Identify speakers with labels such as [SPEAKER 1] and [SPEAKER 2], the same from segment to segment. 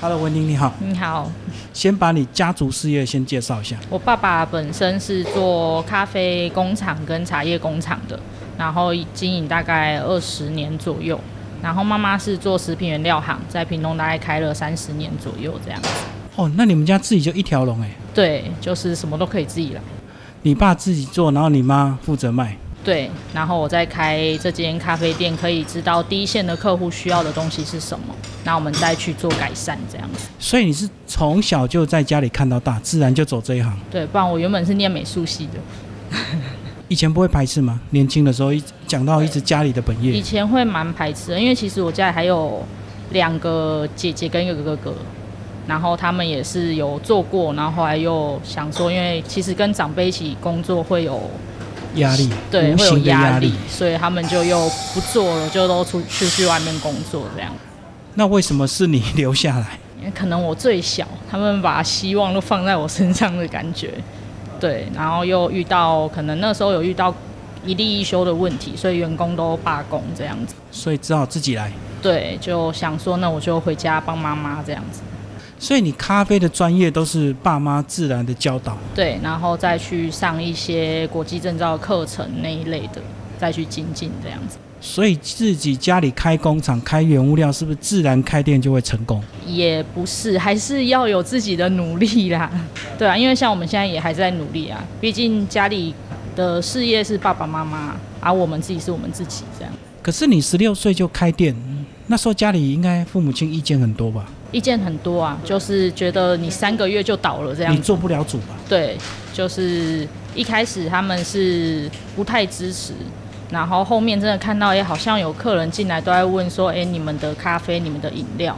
[SPEAKER 1] Hello，文婷你好，
[SPEAKER 2] 你好，
[SPEAKER 1] 先把你家族事业先介绍一下。
[SPEAKER 2] 我爸爸本身是做咖啡工厂跟茶叶工厂的，然后经营大概二十年左右。然后妈妈是做食品原料行，在屏东大概开了三十年左右这样子。
[SPEAKER 1] 哦，那你们家自己就一条龙哎，
[SPEAKER 2] 对，就是什么都可以自己来。
[SPEAKER 1] 你爸自己做，然后你妈负责卖。
[SPEAKER 2] 对，然后我再开这间咖啡店，可以知道第一线的客户需要的东西是什么，那我们再去做改善这样子。
[SPEAKER 1] 所以你是从小就在家里看到大，自然就走这一行。
[SPEAKER 2] 对，不然我原本是念美术系的，
[SPEAKER 1] 以前不会排斥吗？年轻的时候一讲到一直家里的本
[SPEAKER 2] 以
[SPEAKER 1] 业，
[SPEAKER 2] 前会蛮排斥的，因为其实我家里还有两个姐姐跟一个哥哥，然后他们也是有做过，然后后来又想说，因为其实跟长辈一起工作会有
[SPEAKER 1] 压力，
[SPEAKER 2] 对
[SPEAKER 1] 无
[SPEAKER 2] 会有
[SPEAKER 1] 形的
[SPEAKER 2] 压
[SPEAKER 1] 力
[SPEAKER 2] 力。，所以他们就又不做了，就都出出去外面工作这样。
[SPEAKER 1] 那为什么是你留下来？
[SPEAKER 2] 因为可能我最小，他们把希望都放在我身上的感觉，对，然后又遇到可能那时候有遇到一例一休的问题，所以员工都罢工这样子。
[SPEAKER 1] 所以只好自己来。
[SPEAKER 2] 对，就想说那我就回家帮妈妈这样子，
[SPEAKER 1] 所以你咖啡的专业都是爸妈自然的教导。
[SPEAKER 2] 对，然后再去上一些国际证照课程那一类的，再去精进这样子，
[SPEAKER 1] 所以自己家里开工厂、开原物料，是不是自然开店就会成功？
[SPEAKER 2] 也不是，还是要有自己的努力啦， 对啊，因为像我们现在也还在努力啊，毕竟家里的事业是爸爸妈妈，而、我们自己是我们自己这样，
[SPEAKER 1] 可是你十六岁就开店，那时候家里应该父母亲意见很多吧？
[SPEAKER 2] 意见很多啊，就是觉得你三个月就倒了这样
[SPEAKER 1] 你
[SPEAKER 2] 子。
[SPEAKER 1] 做不了主吧？
[SPEAKER 2] 对，就是一开始他们是不太支持，然后后面真的看到，哎、好像有客人进来都在问说，哎、你们的咖啡、你们的饮料，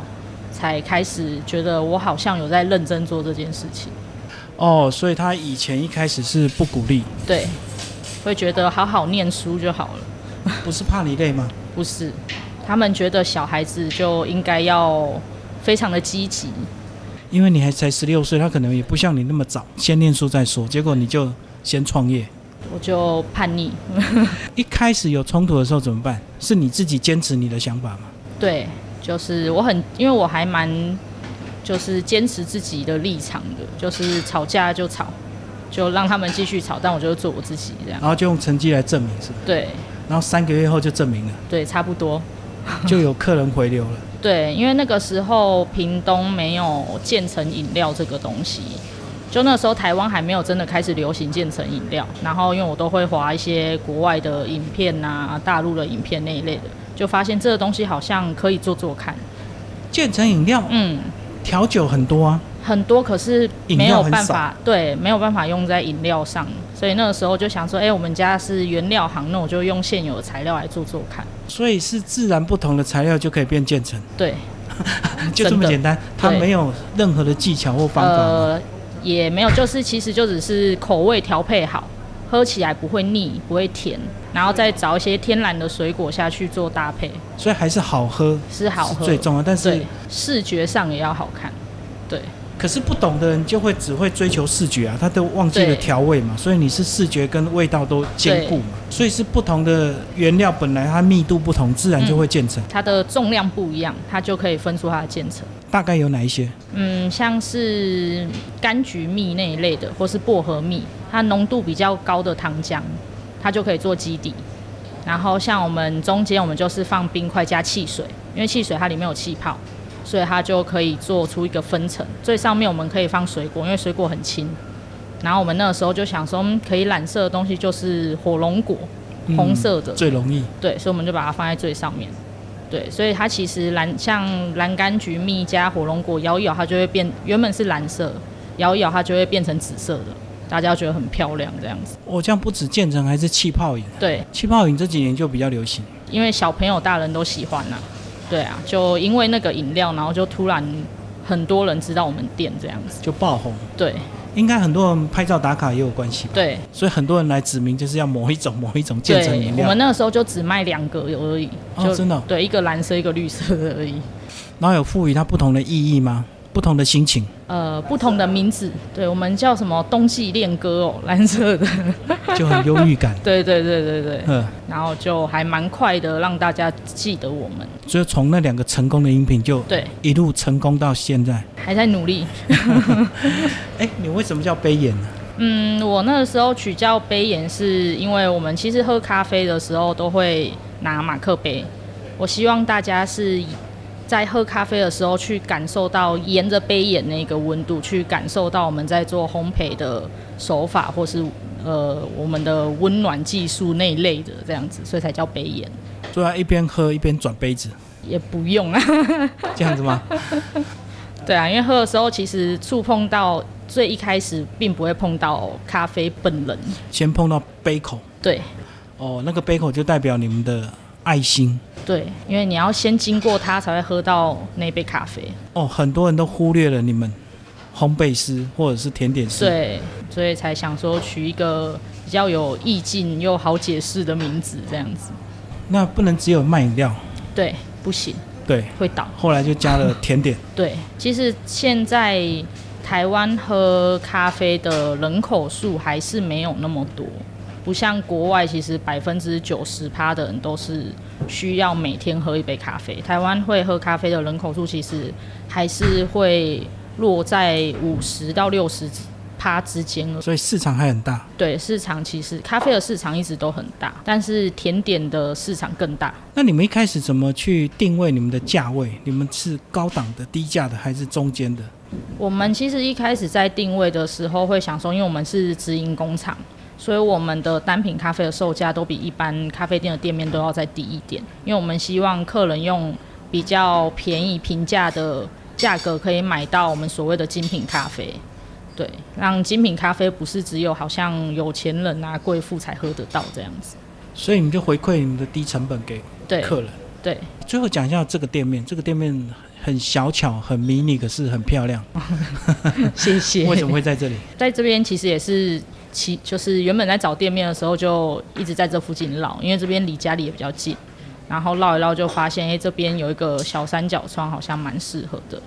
[SPEAKER 2] 才开始觉得我好像有在认真做这件事情。
[SPEAKER 1] 哦，所以他以前一开始是不鼓励，
[SPEAKER 2] 对，会觉得好好念书就好了，
[SPEAKER 1] 不是怕你累吗？
[SPEAKER 2] 不是？他们觉得小孩子就应该要非常的积极，
[SPEAKER 1] 因为你还才十六岁，他可能也不像你那么早，先念书再说。结果你就先创业，
[SPEAKER 2] 我就叛逆。
[SPEAKER 1] 一开始有冲突的时候怎么办？是你自己坚持你的想法吗？
[SPEAKER 2] 对，就是我很，因为我还蛮就是坚持自己的立场的，就是吵架就吵，就让他们继续吵，但我就做我自己这样。
[SPEAKER 1] 然后就用成绩来证明，是不是？
[SPEAKER 2] 对
[SPEAKER 1] 然后三个月后就证明了，
[SPEAKER 2] 对，差不多。
[SPEAKER 1] 就有客人回流了。
[SPEAKER 2] 对，因为那个时候屏东没有建成饮料这个东西，就那时候台湾还没有真的开始流行建成饮料。然后因为我都会划一些国外的影片啊、大陆的影片那一类的，就发现这个东西好像可以做做看。
[SPEAKER 1] 建成饮料
[SPEAKER 2] 嗯，
[SPEAKER 1] 调酒很多啊，
[SPEAKER 2] 很多，可是没有
[SPEAKER 1] 饮
[SPEAKER 2] 办
[SPEAKER 1] 料
[SPEAKER 2] 法，对，没有办法用在饮料上，所以那个时候就想说，哎、我们家是原料行，那我就用现有的材料来做做看，
[SPEAKER 1] 所以是自然不同的材料就可以变建成，
[SPEAKER 2] 对，
[SPEAKER 1] 就这么简单。它
[SPEAKER 2] 对
[SPEAKER 1] 没有任何的技巧或方法吗。
[SPEAKER 2] 呃，也没有，就是其实就只是口味调配好，喝起来不会腻，不会甜，然后再找一些天然的水果下去做搭配，
[SPEAKER 1] 所以还是好喝
[SPEAKER 2] 是好喝，
[SPEAKER 1] 是最重要。但是
[SPEAKER 2] 对，视觉上也要好看，对，
[SPEAKER 1] 可是不懂的人就会只会追求视觉啊，他都忘记了
[SPEAKER 2] 对
[SPEAKER 1] 调味嘛，所以你是视觉跟味道都兼顾嘛，所以是不同的原料本来它密度不同，自然就会建成。
[SPEAKER 2] 它的重量不一样，它就可以分出它的渐层。
[SPEAKER 1] 大概有哪一些？
[SPEAKER 2] 嗯，像是柑橘蜜那一类的，或是薄荷蜜，它浓度比较高的糖浆，它就可以做基底。然后像我们中间，我们就是放冰块加汽水，因为汽水它里面有气泡，所以它就可以做出一个分层。最上面我们可以放水果，因为水果很轻。然后我们那个时候就想说，嗯可以染色的东西就是火龙果，
[SPEAKER 1] 嗯
[SPEAKER 2] 红色的。
[SPEAKER 1] 最容易。
[SPEAKER 2] 对，所以我们就把它放在最上面。对，所以它其实蓝像蓝柑橘蜜加火龙果摇一摇，它就会变，原本是蓝色，摇一摇它就会变成紫色的，大家觉得很漂亮这样子。
[SPEAKER 1] 我、这样不止建成，还是气泡饮。
[SPEAKER 2] 对，
[SPEAKER 1] 气泡饮这几年就比较流行，
[SPEAKER 2] 因为小朋友大人都喜欢呐、对啊，就因为那个饮料，然后就突然很多人知道我们店这样子。
[SPEAKER 1] 就爆红。
[SPEAKER 2] 对
[SPEAKER 1] 应该很多人拍照打卡也有关系吧。
[SPEAKER 2] 对
[SPEAKER 1] 所以很多人来指名就是要某一种某一种建成
[SPEAKER 2] 对
[SPEAKER 1] 饮，
[SPEAKER 2] 我
[SPEAKER 1] 料
[SPEAKER 2] 们，那个时候就只卖两个而已，
[SPEAKER 1] 哦
[SPEAKER 2] 就、
[SPEAKER 1] 真的哦
[SPEAKER 2] 对一个蓝色一个绿色的而已。
[SPEAKER 1] 然后有赋予它不同的意义吗？不同的心情。
[SPEAKER 2] 呃不同的名字，对我们叫什么冬季恋歌哦，蓝色的，。
[SPEAKER 1] 就很忧郁感
[SPEAKER 2] 对对对对对，
[SPEAKER 1] 嗯，
[SPEAKER 2] 然后就还蛮快的让大家记得我们，
[SPEAKER 1] 所以从那两个成功的音频就
[SPEAKER 2] 对，
[SPEAKER 1] 一路成功到现在。
[SPEAKER 2] 还在努力。
[SPEAKER 1] 哎，你为什么叫杯眼呢？
[SPEAKER 2] 嗯，我那个时候取叫杯眼，是因为我们其实喝咖啡的时候都会拿马克杯。我希望大家是在喝咖啡的时候去感受到，沿着杯眼那个温度去感受到我们在做烘焙的手法，或是呃我们的温暖技术那一类的这样子，所以才叫杯眼。
[SPEAKER 1] 就要一边喝一边转杯子，
[SPEAKER 2] 也不用啊，
[SPEAKER 1] 这样子 吗？
[SPEAKER 2] 对啊，因为喝的时候其实触碰到最一开始并不会碰到咖啡本人，
[SPEAKER 1] 先碰到杯口，
[SPEAKER 2] 对，
[SPEAKER 1] 哦，那个杯口就代表你们的爱心。
[SPEAKER 2] 对，因为你要先经过它才会喝到那杯咖啡。
[SPEAKER 1] 哦，很多人都忽略了你们烘焙师或者是甜点师。
[SPEAKER 2] 对，所以才想说取一个比较有意境又好解释的名字，这样子。
[SPEAKER 1] 那不能只有卖饮料，
[SPEAKER 2] 对，不行，
[SPEAKER 1] 对。
[SPEAKER 2] 会倒。
[SPEAKER 1] 后来就加了甜点，
[SPEAKER 2] 对，其实现在台湾喝咖啡的人口数还是没有那么多，不像国外，其实百分之九十趴的人都是需要每天喝一杯咖啡。台湾会喝咖啡的人口数其实还是会落在五十到六十趴之间了。
[SPEAKER 1] 所以市场还很大。
[SPEAKER 2] 对，市场其实咖啡的市场一直都很大，但是甜点的市场更大。
[SPEAKER 1] 那你们一开始怎么去定位你们的价位？你们是高档的、低价的，还是中间的？
[SPEAKER 2] 我们其实一开始在定位的时候会想说，因为我们是直营工厂，所以我们的单品咖啡的售价都比一般咖啡店的店面都要再低一点，因为我们希望客人用比较便宜、平价的价格可以买到我们所谓的精品咖啡。对，让精品咖啡不是只有好像有钱人啊、贵妇才喝得到这样子。
[SPEAKER 1] 所以你们就回馈你们的低成本给
[SPEAKER 2] 对
[SPEAKER 1] 客人。
[SPEAKER 2] 对，
[SPEAKER 1] 最后讲一下这个店面，这个店面很小巧、很迷你，可是很漂 亮。
[SPEAKER 2] 谢谢。
[SPEAKER 1] 为什么会在这里？
[SPEAKER 2] 在这边其实也是其就是原本在找店面的时候就一直在这附近绕，因为这边离家里也比较近，然后绕一绕就发现，哎、这边有一个小三角窗，好像蛮适合的。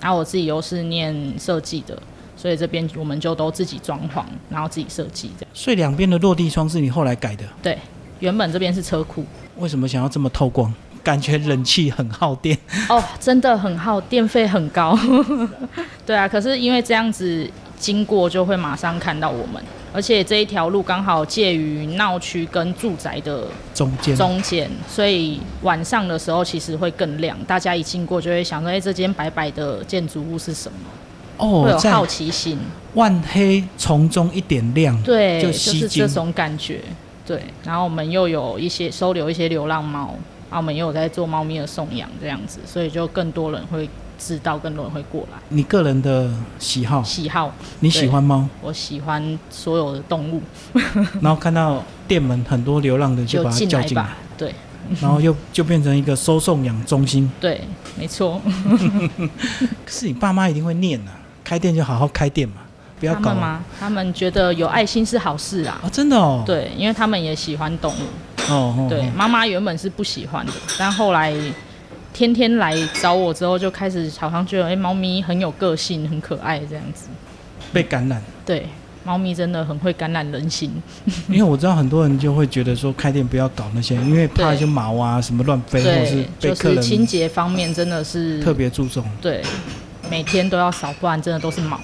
[SPEAKER 2] 然后我自己又是念设计的，所以这边我们就都自己装潢，然后自己设计这样。
[SPEAKER 1] 所以两边的落地窗是你后来改的，
[SPEAKER 2] 对，原本这边是车库，
[SPEAKER 1] 为什么想要这么透光？感觉冷气很耗 电，
[SPEAKER 2] 哦，真的很耗电费很高， 对啊，可是因为这样子经过就会马上看到我们，而且这一条路刚好介于闹区跟住宅的
[SPEAKER 1] 中间
[SPEAKER 2] 中间，所以晚上的时候其实会更亮，大家一经过就会想说，哎、这间白白的建筑物是什么？会
[SPEAKER 1] 哦
[SPEAKER 2] 有，
[SPEAKER 1] 在
[SPEAKER 2] 好奇心，
[SPEAKER 1] 万黑丛中一点亮，
[SPEAKER 2] 对，
[SPEAKER 1] 就
[SPEAKER 2] 就
[SPEAKER 1] 吸
[SPEAKER 2] 是
[SPEAKER 1] 睛
[SPEAKER 2] 这种感觉，对。然后我们又有一些收留一些流浪猫，啊，我们也有在做猫咪的送养这样子，所以就更多人会知道，更多人会过来。
[SPEAKER 1] 你个人的喜好，
[SPEAKER 2] 喜好，
[SPEAKER 1] 你喜欢猫，
[SPEAKER 2] 我喜欢所有的动物，
[SPEAKER 1] 然后看到店门很多流浪的就
[SPEAKER 2] 就
[SPEAKER 1] 把它
[SPEAKER 2] 进
[SPEAKER 1] 叫
[SPEAKER 2] 来
[SPEAKER 1] 进来
[SPEAKER 2] 吧，。对
[SPEAKER 1] 然后又就变成一个收送养中心。
[SPEAKER 2] 对，没错，
[SPEAKER 1] 可是你爸妈一定会念呐、开店就好好开店嘛，不要
[SPEAKER 2] 他
[SPEAKER 1] 搞
[SPEAKER 2] 们吗？他们觉得有爱心是好事啊。
[SPEAKER 1] 啊，真的哦，
[SPEAKER 2] 对，因为他们也喜欢动物。
[SPEAKER 1] 哦哦，
[SPEAKER 2] 对，
[SPEAKER 1] 哦
[SPEAKER 2] 妈妈原本是不喜欢的，但后来天天来找我之后，就开始好像觉得，哎、猫咪很有个性，很可爱这样子。
[SPEAKER 1] 被感染。
[SPEAKER 2] 对，猫咪真的很会感染人心。
[SPEAKER 1] 因为我知道很多人就会觉得说开店不要搞那些，因为怕
[SPEAKER 2] 对
[SPEAKER 1] 一些毛啊什么乱飞，或者是
[SPEAKER 2] 对，
[SPEAKER 1] 被
[SPEAKER 2] 就
[SPEAKER 1] 客
[SPEAKER 2] 是清
[SPEAKER 1] 人
[SPEAKER 2] 洁方面真的是
[SPEAKER 1] 特别注重。
[SPEAKER 2] 对，每天都要扫，不然真的都是毛。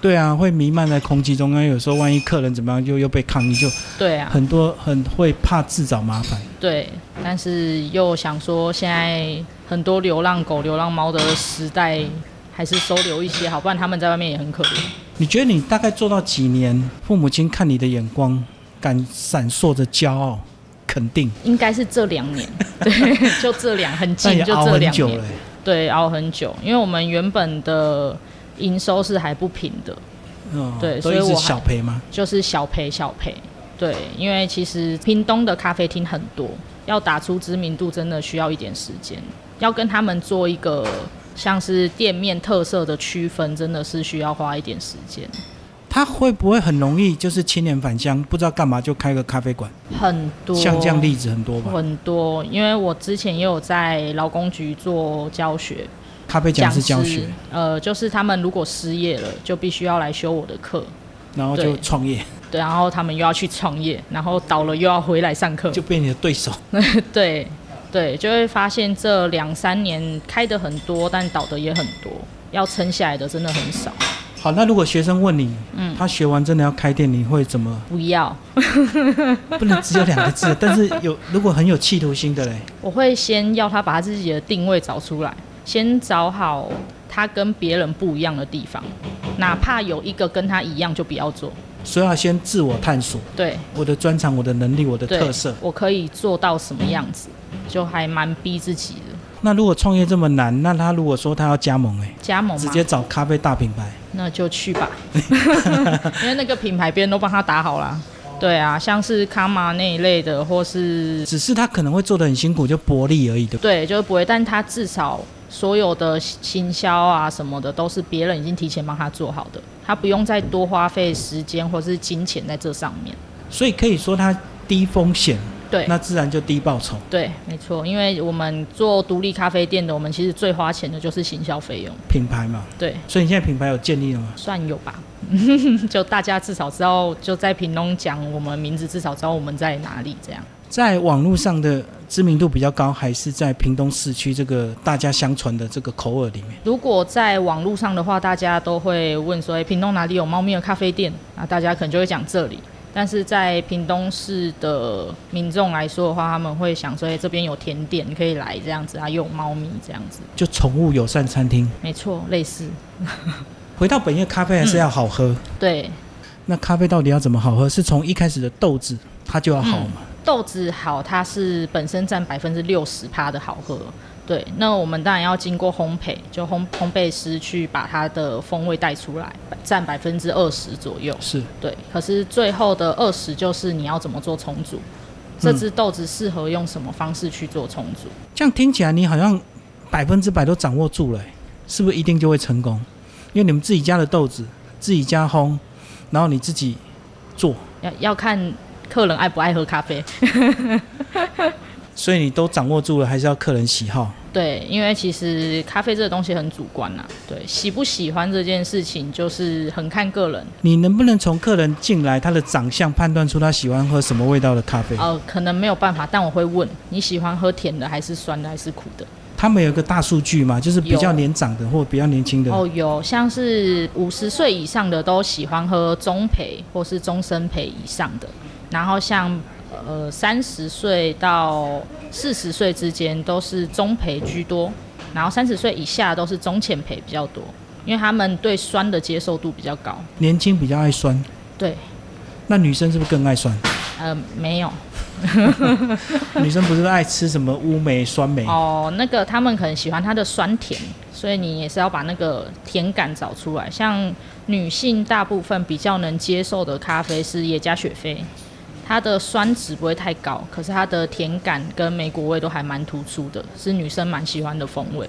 [SPEAKER 1] 对啊，会弥漫在空气中，哎那有时候万一客人怎么样，就又被抗议，就
[SPEAKER 2] 对啊，
[SPEAKER 1] 很多很会怕自找麻烦。
[SPEAKER 2] 对，但是又想说，现在很多流浪狗、流浪猫的时代，还是收留一些好，不然他们在外面也很可怜。
[SPEAKER 1] 你觉得你大概做到几年？父母亲看你的眼光，敢闪烁着骄傲、肯定，
[SPEAKER 2] 应该是这两年， 对，就这两很
[SPEAKER 1] 但
[SPEAKER 2] 近，
[SPEAKER 1] 也
[SPEAKER 2] 就
[SPEAKER 1] 熬
[SPEAKER 2] 这
[SPEAKER 1] 很
[SPEAKER 2] 两
[SPEAKER 1] 久
[SPEAKER 2] 年
[SPEAKER 1] 了，欸。
[SPEAKER 2] 对，熬很久，因为我们原本的营收是还不平的，
[SPEAKER 1] 嗯，
[SPEAKER 2] 对
[SPEAKER 1] 都
[SPEAKER 2] 所以
[SPEAKER 1] 一直
[SPEAKER 2] 我还
[SPEAKER 1] 小赔吗？
[SPEAKER 2] 就是小赔小赔。对，因为其实屏东的咖啡厅很多，要打出知名度真的需要一点时间，要跟他们做一个像是店面特色的区分，真的是需要花一点时间。
[SPEAKER 1] 他会不会很容易就是青年返乡，不知道干嘛就开个咖啡馆？
[SPEAKER 2] 很多
[SPEAKER 1] 像这样例子很多吧？
[SPEAKER 2] 很多，因为我之前也有在劳工局做教学，
[SPEAKER 1] 咖啡讲师教学，
[SPEAKER 2] 呃，就是他们如果失业了，就必须要来修我的课，
[SPEAKER 1] 然后就
[SPEAKER 2] 对
[SPEAKER 1] 创业，
[SPEAKER 2] 对，然后他们又要去创业，然后倒了又要回来上课，
[SPEAKER 1] 就变你的对手。
[SPEAKER 2] 对对，就会发现这两三年开的很多，但倒的也很多，要撑下来的真的很少。
[SPEAKER 1] 好，那如果学生问你，
[SPEAKER 2] 嗯
[SPEAKER 1] 他学完真的要开店，你会怎 么？
[SPEAKER 2] 不要，
[SPEAKER 1] 不能只有两个 字，但是有如果很有企图心的嘞，
[SPEAKER 2] 我会先要他把他自己的定位找出来，先找好他跟别人不一样的地方，哪怕有一个跟他一样，就不要做。
[SPEAKER 1] 所以要先自我探索，
[SPEAKER 2] 对，
[SPEAKER 1] 我的专长、我的能力、我的
[SPEAKER 2] 对
[SPEAKER 1] 特色。
[SPEAKER 2] 我可以做到什么样子，就还蛮逼自己的。
[SPEAKER 1] 那如果创业这么难，那他如果说他要加盟、哎，
[SPEAKER 2] 加盟
[SPEAKER 1] 直
[SPEAKER 2] 嘛，
[SPEAKER 1] 接找咖啡大品牌，
[SPEAKER 2] 那就去吧， 因为那个品牌别人都帮他打好啦。对啊，像是卡玛那一类的，或是
[SPEAKER 1] 只是他可能会做的很辛苦，就薄利而已，对不对？
[SPEAKER 2] 对，就是不会，但他至少所有的行销啊什么的，都是别人已经提前帮他做好的，他不用再多花费时间或是金钱在这上面。
[SPEAKER 1] 所以可以说他低风险，
[SPEAKER 2] 对
[SPEAKER 1] 那自然就低报酬。
[SPEAKER 2] 对，没错，因为我们做独立咖啡店的，我们其实最花钱的就是行销费用。
[SPEAKER 1] 品牌嘛，
[SPEAKER 2] 对，
[SPEAKER 1] 所以你现在品牌有建立了吗？
[SPEAKER 2] 算有吧， 就大家至少知道，就在屏东讲我们名字，至少知道我们在哪里这样。
[SPEAKER 1] 在网络上的知名度比较高，还是在屏东市区这个大家相传的这个口耳里面？
[SPEAKER 2] 如果在网络上的话，大家都会问说：“哎、屏东哪里有猫咪的咖啡店？”啊，大家可能就会讲这里。但是在屏东市的民众来说的话，他们会想说：“哎、这边有甜点，你可以来这样子啊，又有猫咪这样子。
[SPEAKER 1] 就宠物友善餐厅。”
[SPEAKER 2] 没错，类似
[SPEAKER 1] 回到本业，咖啡还是要好喝。
[SPEAKER 2] 对
[SPEAKER 1] 那咖啡到底要怎么好喝？是从一开始的豆子它就要好嘛？
[SPEAKER 2] 豆子好，它是本身占百分之六十趴的好喝。对，那我们当然要经过烘焙，就烘烘焙师去把它的风味带出来，占百分之二十左右。
[SPEAKER 1] 是
[SPEAKER 2] 对，可是最后的二十就是你要怎么做重组，这只豆子适合用什么方式去做重组？
[SPEAKER 1] 这样听起来你好像百分之百都掌握住了、欸是不是一定就会成功？因为你们自己家的豆子，自己家烘，然后你自己做，
[SPEAKER 2] 要要看客人爱不爱喝咖啡。
[SPEAKER 1] 所以你都掌握住了，还是要客人喜好。
[SPEAKER 2] 对，因为其实咖啡这个东西很主观呐、对，喜不喜欢这件事情就是很看个人。
[SPEAKER 1] 你能不能从客人进来他的长相判断出他喜欢喝什么味道的咖啡？
[SPEAKER 2] 呃，可能没有办法，但我会问你喜欢喝甜的还是酸的还是苦的？
[SPEAKER 1] 他们有个大数据嘛，就是比较年长的或比较年轻的，
[SPEAKER 2] 哦，有像是五十岁以上的都喜欢喝中培或是终身培以上的，然后像呃三十岁到四十岁之间都是中培居多，然后三十岁以下都是中浅培比较多，因为他们对酸的接受度比较高。
[SPEAKER 1] 年轻比较爱酸。
[SPEAKER 2] 对，
[SPEAKER 1] 那女生是不是更爱 酸？
[SPEAKER 2] 呃，没有
[SPEAKER 1] 女生不是爱吃什么乌梅、酸梅？
[SPEAKER 2] 哦，那个他们可能喜欢它的酸甜，所以你也是要把那个甜感找出来。像女性大部分比较能接受的咖啡是耶加雪菲，它的酸值不会太高，可是它的甜感跟莓果味都还蛮突出的，是女生蛮喜欢的风味。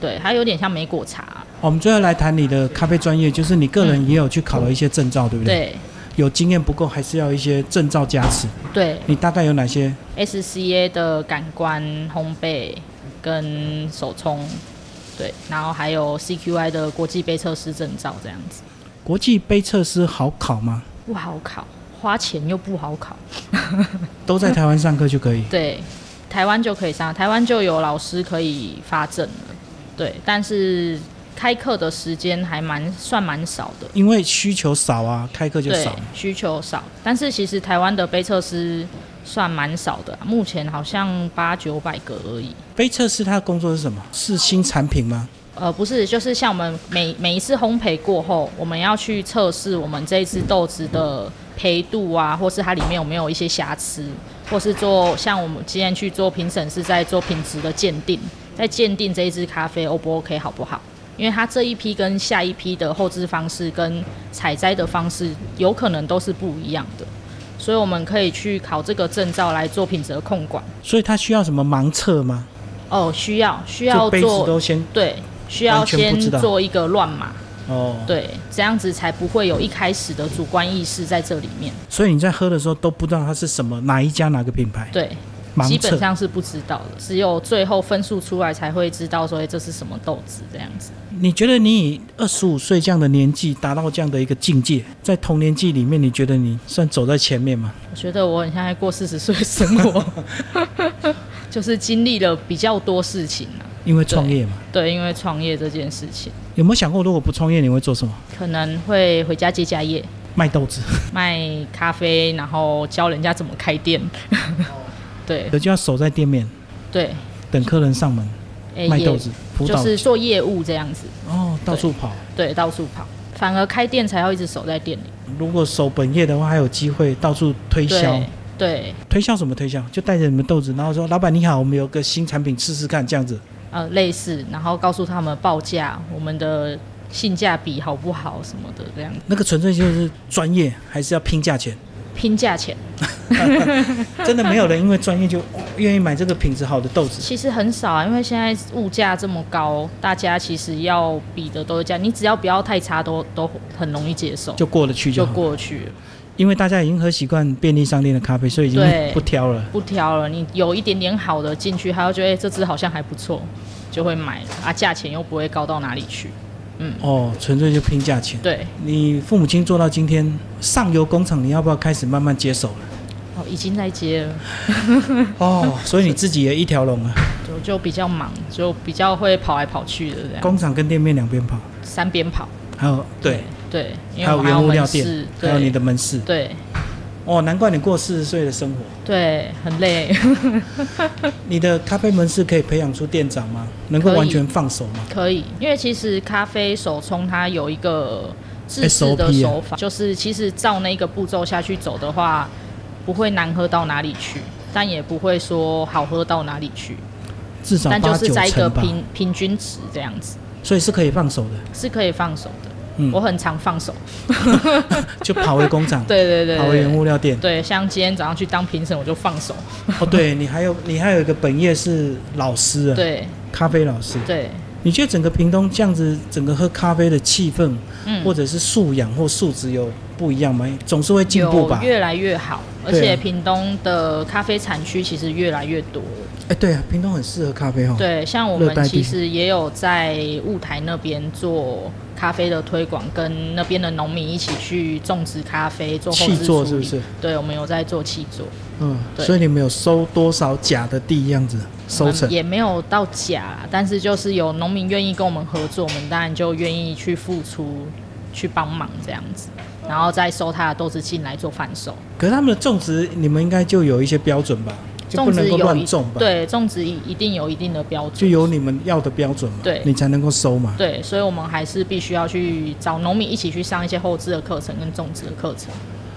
[SPEAKER 2] 对，它有点像莓果茶。
[SPEAKER 1] 好我们最后来谈你的咖啡专业，就是你个人也有去考了一些证照，对不对？
[SPEAKER 2] 嗯对
[SPEAKER 1] 有经验不够，还是要一些证照加持。
[SPEAKER 2] 对
[SPEAKER 1] 你大概有哪些？
[SPEAKER 2] ，SCA 的感官烘焙跟手冲，对，然后还有 CQI 的国际杯测试证照这样子。
[SPEAKER 1] 国际杯测师好考吗？
[SPEAKER 2] 不好考，花钱又不好考。
[SPEAKER 1] 都 在台湾上课就可以。
[SPEAKER 2] 对，台湾就可以上，台湾就有老师可以发证了。对，但是开课的时间还蛮算蛮少的，
[SPEAKER 1] 因为需求少啊，开课就
[SPEAKER 2] 对
[SPEAKER 1] 少。，
[SPEAKER 2] 需求少。但是其实台湾的杯测师算蛮少的啊、目前好像八九百个而已。
[SPEAKER 1] 杯测师他的工作是什么？是新产品吗？
[SPEAKER 2] 呃，不是，就是像我们每每一次烘焙过后，我们要去测试我们这一只豆子的胚度啊，或是它里面有没有一些瑕疵，或是做像我们今天去做评审是在做品质的鉴定，在鉴定这一支咖啡 O 不 OK 好不好？因为它这一批跟下一批的后置方式跟采摘的方式有可能都是不一样的，所以我们可以去考这个证照来做品质的控管。
[SPEAKER 1] 所以他需要什么盲测吗？
[SPEAKER 2] 哦，需要需要
[SPEAKER 1] 就杯子
[SPEAKER 2] 做
[SPEAKER 1] 都先
[SPEAKER 2] 对，需要
[SPEAKER 1] 完全
[SPEAKER 2] 先
[SPEAKER 1] 不知道
[SPEAKER 2] 做一个乱码。
[SPEAKER 1] 哦。
[SPEAKER 2] 对，这样子才不会有一开始的主观意识在这里面。
[SPEAKER 1] 所以你在喝的时候都不知道它是什么，哪一家哪个品牌。
[SPEAKER 2] 对，
[SPEAKER 1] 盲
[SPEAKER 2] 基本
[SPEAKER 1] 测。
[SPEAKER 2] 上是不知道的，只有最后分数出来才会知道说哎这是什么豆子这样子。
[SPEAKER 1] 你觉得你以二十五岁这样的年纪达到这样的一个境界，在同年纪里面，你觉得你算走在前面吗？
[SPEAKER 2] 我觉得我很像在过四十岁的生活， 就是经历了比较多事情啊。
[SPEAKER 1] 因为创业嘛，
[SPEAKER 2] 对，因为创业这件事情，
[SPEAKER 1] 有没有想过如果不创业你会做什么？
[SPEAKER 2] 可能会回家接家业，
[SPEAKER 1] 卖豆子，
[SPEAKER 2] 卖咖啡，然后教人家怎么开店。 对
[SPEAKER 1] 有就要守在店面
[SPEAKER 2] 对，
[SPEAKER 1] 等客人上门
[SPEAKER 2] 哎
[SPEAKER 1] 卖
[SPEAKER 2] 也
[SPEAKER 1] 豆子，辅
[SPEAKER 2] 就
[SPEAKER 1] 导
[SPEAKER 2] 是做业务这样子，
[SPEAKER 1] 哦，到处跑。
[SPEAKER 2] 对，到处跑。反而开店才要一直守在店里，
[SPEAKER 1] 如果守本业的话，还有机会到处推销
[SPEAKER 2] 对。对，
[SPEAKER 1] 推销什么推销？就带着你们豆子，然后说：“老板你好，我们有个新产品试试看。”这样子，
[SPEAKER 2] 呃，类似，然后告诉他们报价，我们的性价比好不好什么的，这样
[SPEAKER 1] 那个纯粹就是专业，还是要拼价钱。
[SPEAKER 2] 拼价钱。
[SPEAKER 1] 真的没有人因为专业就哦愿意买这个品质好的豆子。
[SPEAKER 2] 其实很少啊，因为现在物价这么高，大家其实要比的都是价，你只要不要太差都，都很容易接受，
[SPEAKER 1] 就过得去就
[SPEAKER 2] 就
[SPEAKER 1] 好，
[SPEAKER 2] 过去了
[SPEAKER 1] 因为大家已经喝习惯便利商店的咖啡，所以已经
[SPEAKER 2] 对
[SPEAKER 1] 不挑了。
[SPEAKER 2] 不挑了。你有一点点好的进去，他会觉得、哎这支好像还不错，就会买了啊，价钱又不会高到哪里去。
[SPEAKER 1] 哦，纯粹就拼价钱。
[SPEAKER 2] 对，
[SPEAKER 1] 你父母亲做到今天，上游工厂你要不要开始慢慢接手了？
[SPEAKER 2] 哦，已经在接了，
[SPEAKER 1] 哦，所以你自己也一条龙啊，
[SPEAKER 2] 就就比较忙，就比较会跑来跑去的这样，
[SPEAKER 1] 工厂跟店面两边跑，
[SPEAKER 2] 三边跑。
[SPEAKER 1] 还有对，
[SPEAKER 2] 对，因
[SPEAKER 1] 还
[SPEAKER 2] 为我
[SPEAKER 1] 有
[SPEAKER 2] 还有
[SPEAKER 1] 原物
[SPEAKER 2] 门
[SPEAKER 1] 料
[SPEAKER 2] 市
[SPEAKER 1] 店，还有
[SPEAKER 2] 对
[SPEAKER 1] 你的门市。
[SPEAKER 2] 对
[SPEAKER 1] 哦，难怪你过四十岁的生活。
[SPEAKER 2] 对，很累，
[SPEAKER 1] 你的咖啡门市可以培养出店长吗？能够
[SPEAKER 2] 可以
[SPEAKER 1] 完全放手吗？
[SPEAKER 2] 可以，因为其实咖啡手冲它有一个自制
[SPEAKER 1] SOP 啊
[SPEAKER 2] 的手法，就是其实照那个步骤下去走的话，不会难喝到哪里去，但也不会说好喝到哪里去，
[SPEAKER 1] 至少
[SPEAKER 2] 但就
[SPEAKER 1] 八
[SPEAKER 2] 是
[SPEAKER 1] 九
[SPEAKER 2] 在一个
[SPEAKER 1] 成吧，
[SPEAKER 2] 平平均值这样子
[SPEAKER 1] 所以是可以放手 的，
[SPEAKER 2] 是可以放手的。
[SPEAKER 1] 嗯
[SPEAKER 2] 我很常放手，，
[SPEAKER 1] 就跑回工厂
[SPEAKER 2] 对对对
[SPEAKER 1] 跑回原
[SPEAKER 2] 对
[SPEAKER 1] 物料店。
[SPEAKER 2] 对，像今天早上去当评审，我就放手，
[SPEAKER 1] 哦，对你还有你还有一个本业是老师啊，
[SPEAKER 2] 对
[SPEAKER 1] 咖啡老师。
[SPEAKER 2] 对，
[SPEAKER 1] 你觉得整个屏东这样子，整个喝咖啡的气氛，
[SPEAKER 2] 嗯
[SPEAKER 1] 或者是素养或素质有不一样吗？总是会进步
[SPEAKER 2] 有
[SPEAKER 1] 吧？
[SPEAKER 2] 越来越好，而
[SPEAKER 1] 对啊
[SPEAKER 2] 且屏东的咖啡产区其实越来越多。
[SPEAKER 1] 哎，对啊，屏东很适合咖啡哦。，
[SPEAKER 2] 对，像我
[SPEAKER 1] 热带
[SPEAKER 2] 们
[SPEAKER 1] 地
[SPEAKER 2] 其实也有在雾台那边做咖啡的推广，跟那边的农民一起去种植咖啡，做后
[SPEAKER 1] 气
[SPEAKER 2] 置
[SPEAKER 1] 作
[SPEAKER 2] 处
[SPEAKER 1] 是不
[SPEAKER 2] 理
[SPEAKER 1] 是？
[SPEAKER 2] 对，我们有在做气作，
[SPEAKER 1] 嗯，
[SPEAKER 2] 对
[SPEAKER 1] 所以你们有收多少假的地样子收
[SPEAKER 2] 我
[SPEAKER 1] 成
[SPEAKER 2] 们？嗯也没有到假啦，但是就是有农民愿意跟我们合作，我们当然就愿意去付出，去帮忙这样子，然后再收他的豆子进来做贩售。
[SPEAKER 1] 可是他们的种植，你们应该就有一些标准吧？就不
[SPEAKER 2] 种
[SPEAKER 1] 能
[SPEAKER 2] 植
[SPEAKER 1] 够
[SPEAKER 2] 有
[SPEAKER 1] 乱
[SPEAKER 2] 一
[SPEAKER 1] 种吧？，
[SPEAKER 2] 对，种植一一定有一定的标
[SPEAKER 1] 就
[SPEAKER 2] 准。
[SPEAKER 1] 有你们要的标准嘛，
[SPEAKER 2] 对
[SPEAKER 1] 你才能够收嘛。
[SPEAKER 2] 对，所以我们还是必须要去找农民一起去上一些后置的课程跟种植的课程。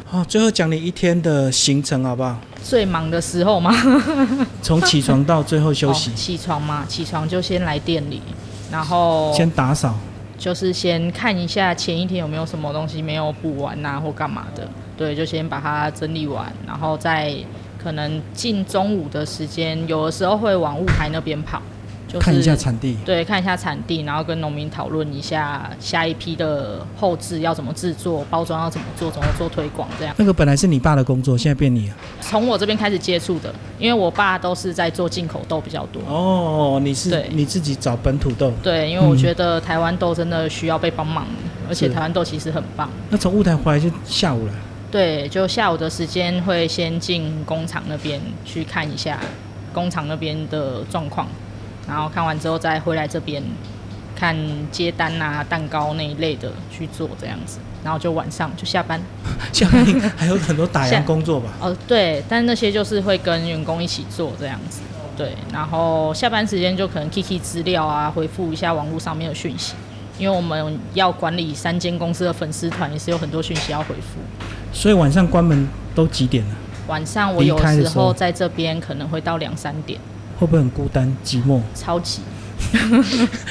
[SPEAKER 1] 好，最后讲你一天的行程好不好？
[SPEAKER 2] 最忙的时候吗？
[SPEAKER 1] 从起床到最后休息
[SPEAKER 2] 哦， 起床嘛，起床就先来店里，然后
[SPEAKER 1] 先打扫。
[SPEAKER 2] 就是先看一下前一天有没有什么东西没有补完呐、或干嘛的。对，就先把它整理完，然后再可能近中午的时间，有的时候会往雾台那边跑，就是
[SPEAKER 1] 看一下产地，
[SPEAKER 2] 对，看一下产地，然后跟农民讨论一下下一批的后置要怎么制作，包装要怎么做，怎么做推广这样。
[SPEAKER 1] 那个本来是你爸的工作，现在变你了。
[SPEAKER 2] 从我这边开始接触的，因为我爸都是在做进口豆比较多。
[SPEAKER 1] 哦，你是
[SPEAKER 2] 对
[SPEAKER 1] 你自己找本土豆。
[SPEAKER 2] 对，因为我觉得台湾豆真的需要被帮忙，而且台湾豆其实很棒。
[SPEAKER 1] 那从雾台回来就下午了，
[SPEAKER 2] 对，就下午的时间会先进工厂那边去看一下工厂那边的状况，然后看完之后再回来这边看接单啊、蛋糕那一类的去做这样子，然后就晚上就下班。
[SPEAKER 1] 下面应该还有很多打烊
[SPEAKER 2] 下
[SPEAKER 1] 工作 吧？
[SPEAKER 2] 哦，对，但那些就是会跟员工一起做这样子。对，然后下班时间就可能 Kiki 资料啊，回复一下网络上面的讯息，因为我们要管理三间公司的粉丝团，也是有很多讯息要回复。
[SPEAKER 1] 所以晚上关门都几点了？
[SPEAKER 2] 晚上我
[SPEAKER 1] 离
[SPEAKER 2] 有
[SPEAKER 1] 开的
[SPEAKER 2] 时
[SPEAKER 1] 时候
[SPEAKER 2] 候在这边可能会到两三点，
[SPEAKER 1] 会不会很孤单寂 寞？
[SPEAKER 2] 超级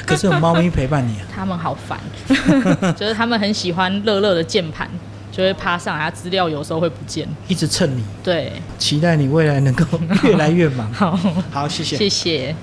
[SPEAKER 1] 可是有猫咪陪伴你啊。
[SPEAKER 2] 他们好 烦，就是他们很喜欢乐乐的键盘，就会趴上来，他资料有时候会不见。
[SPEAKER 1] 一直蹭你，
[SPEAKER 2] 对，
[SPEAKER 1] 期待你未来能够越来越忙。
[SPEAKER 2] 好，
[SPEAKER 1] 好，谢谢。
[SPEAKER 2] 谢谢。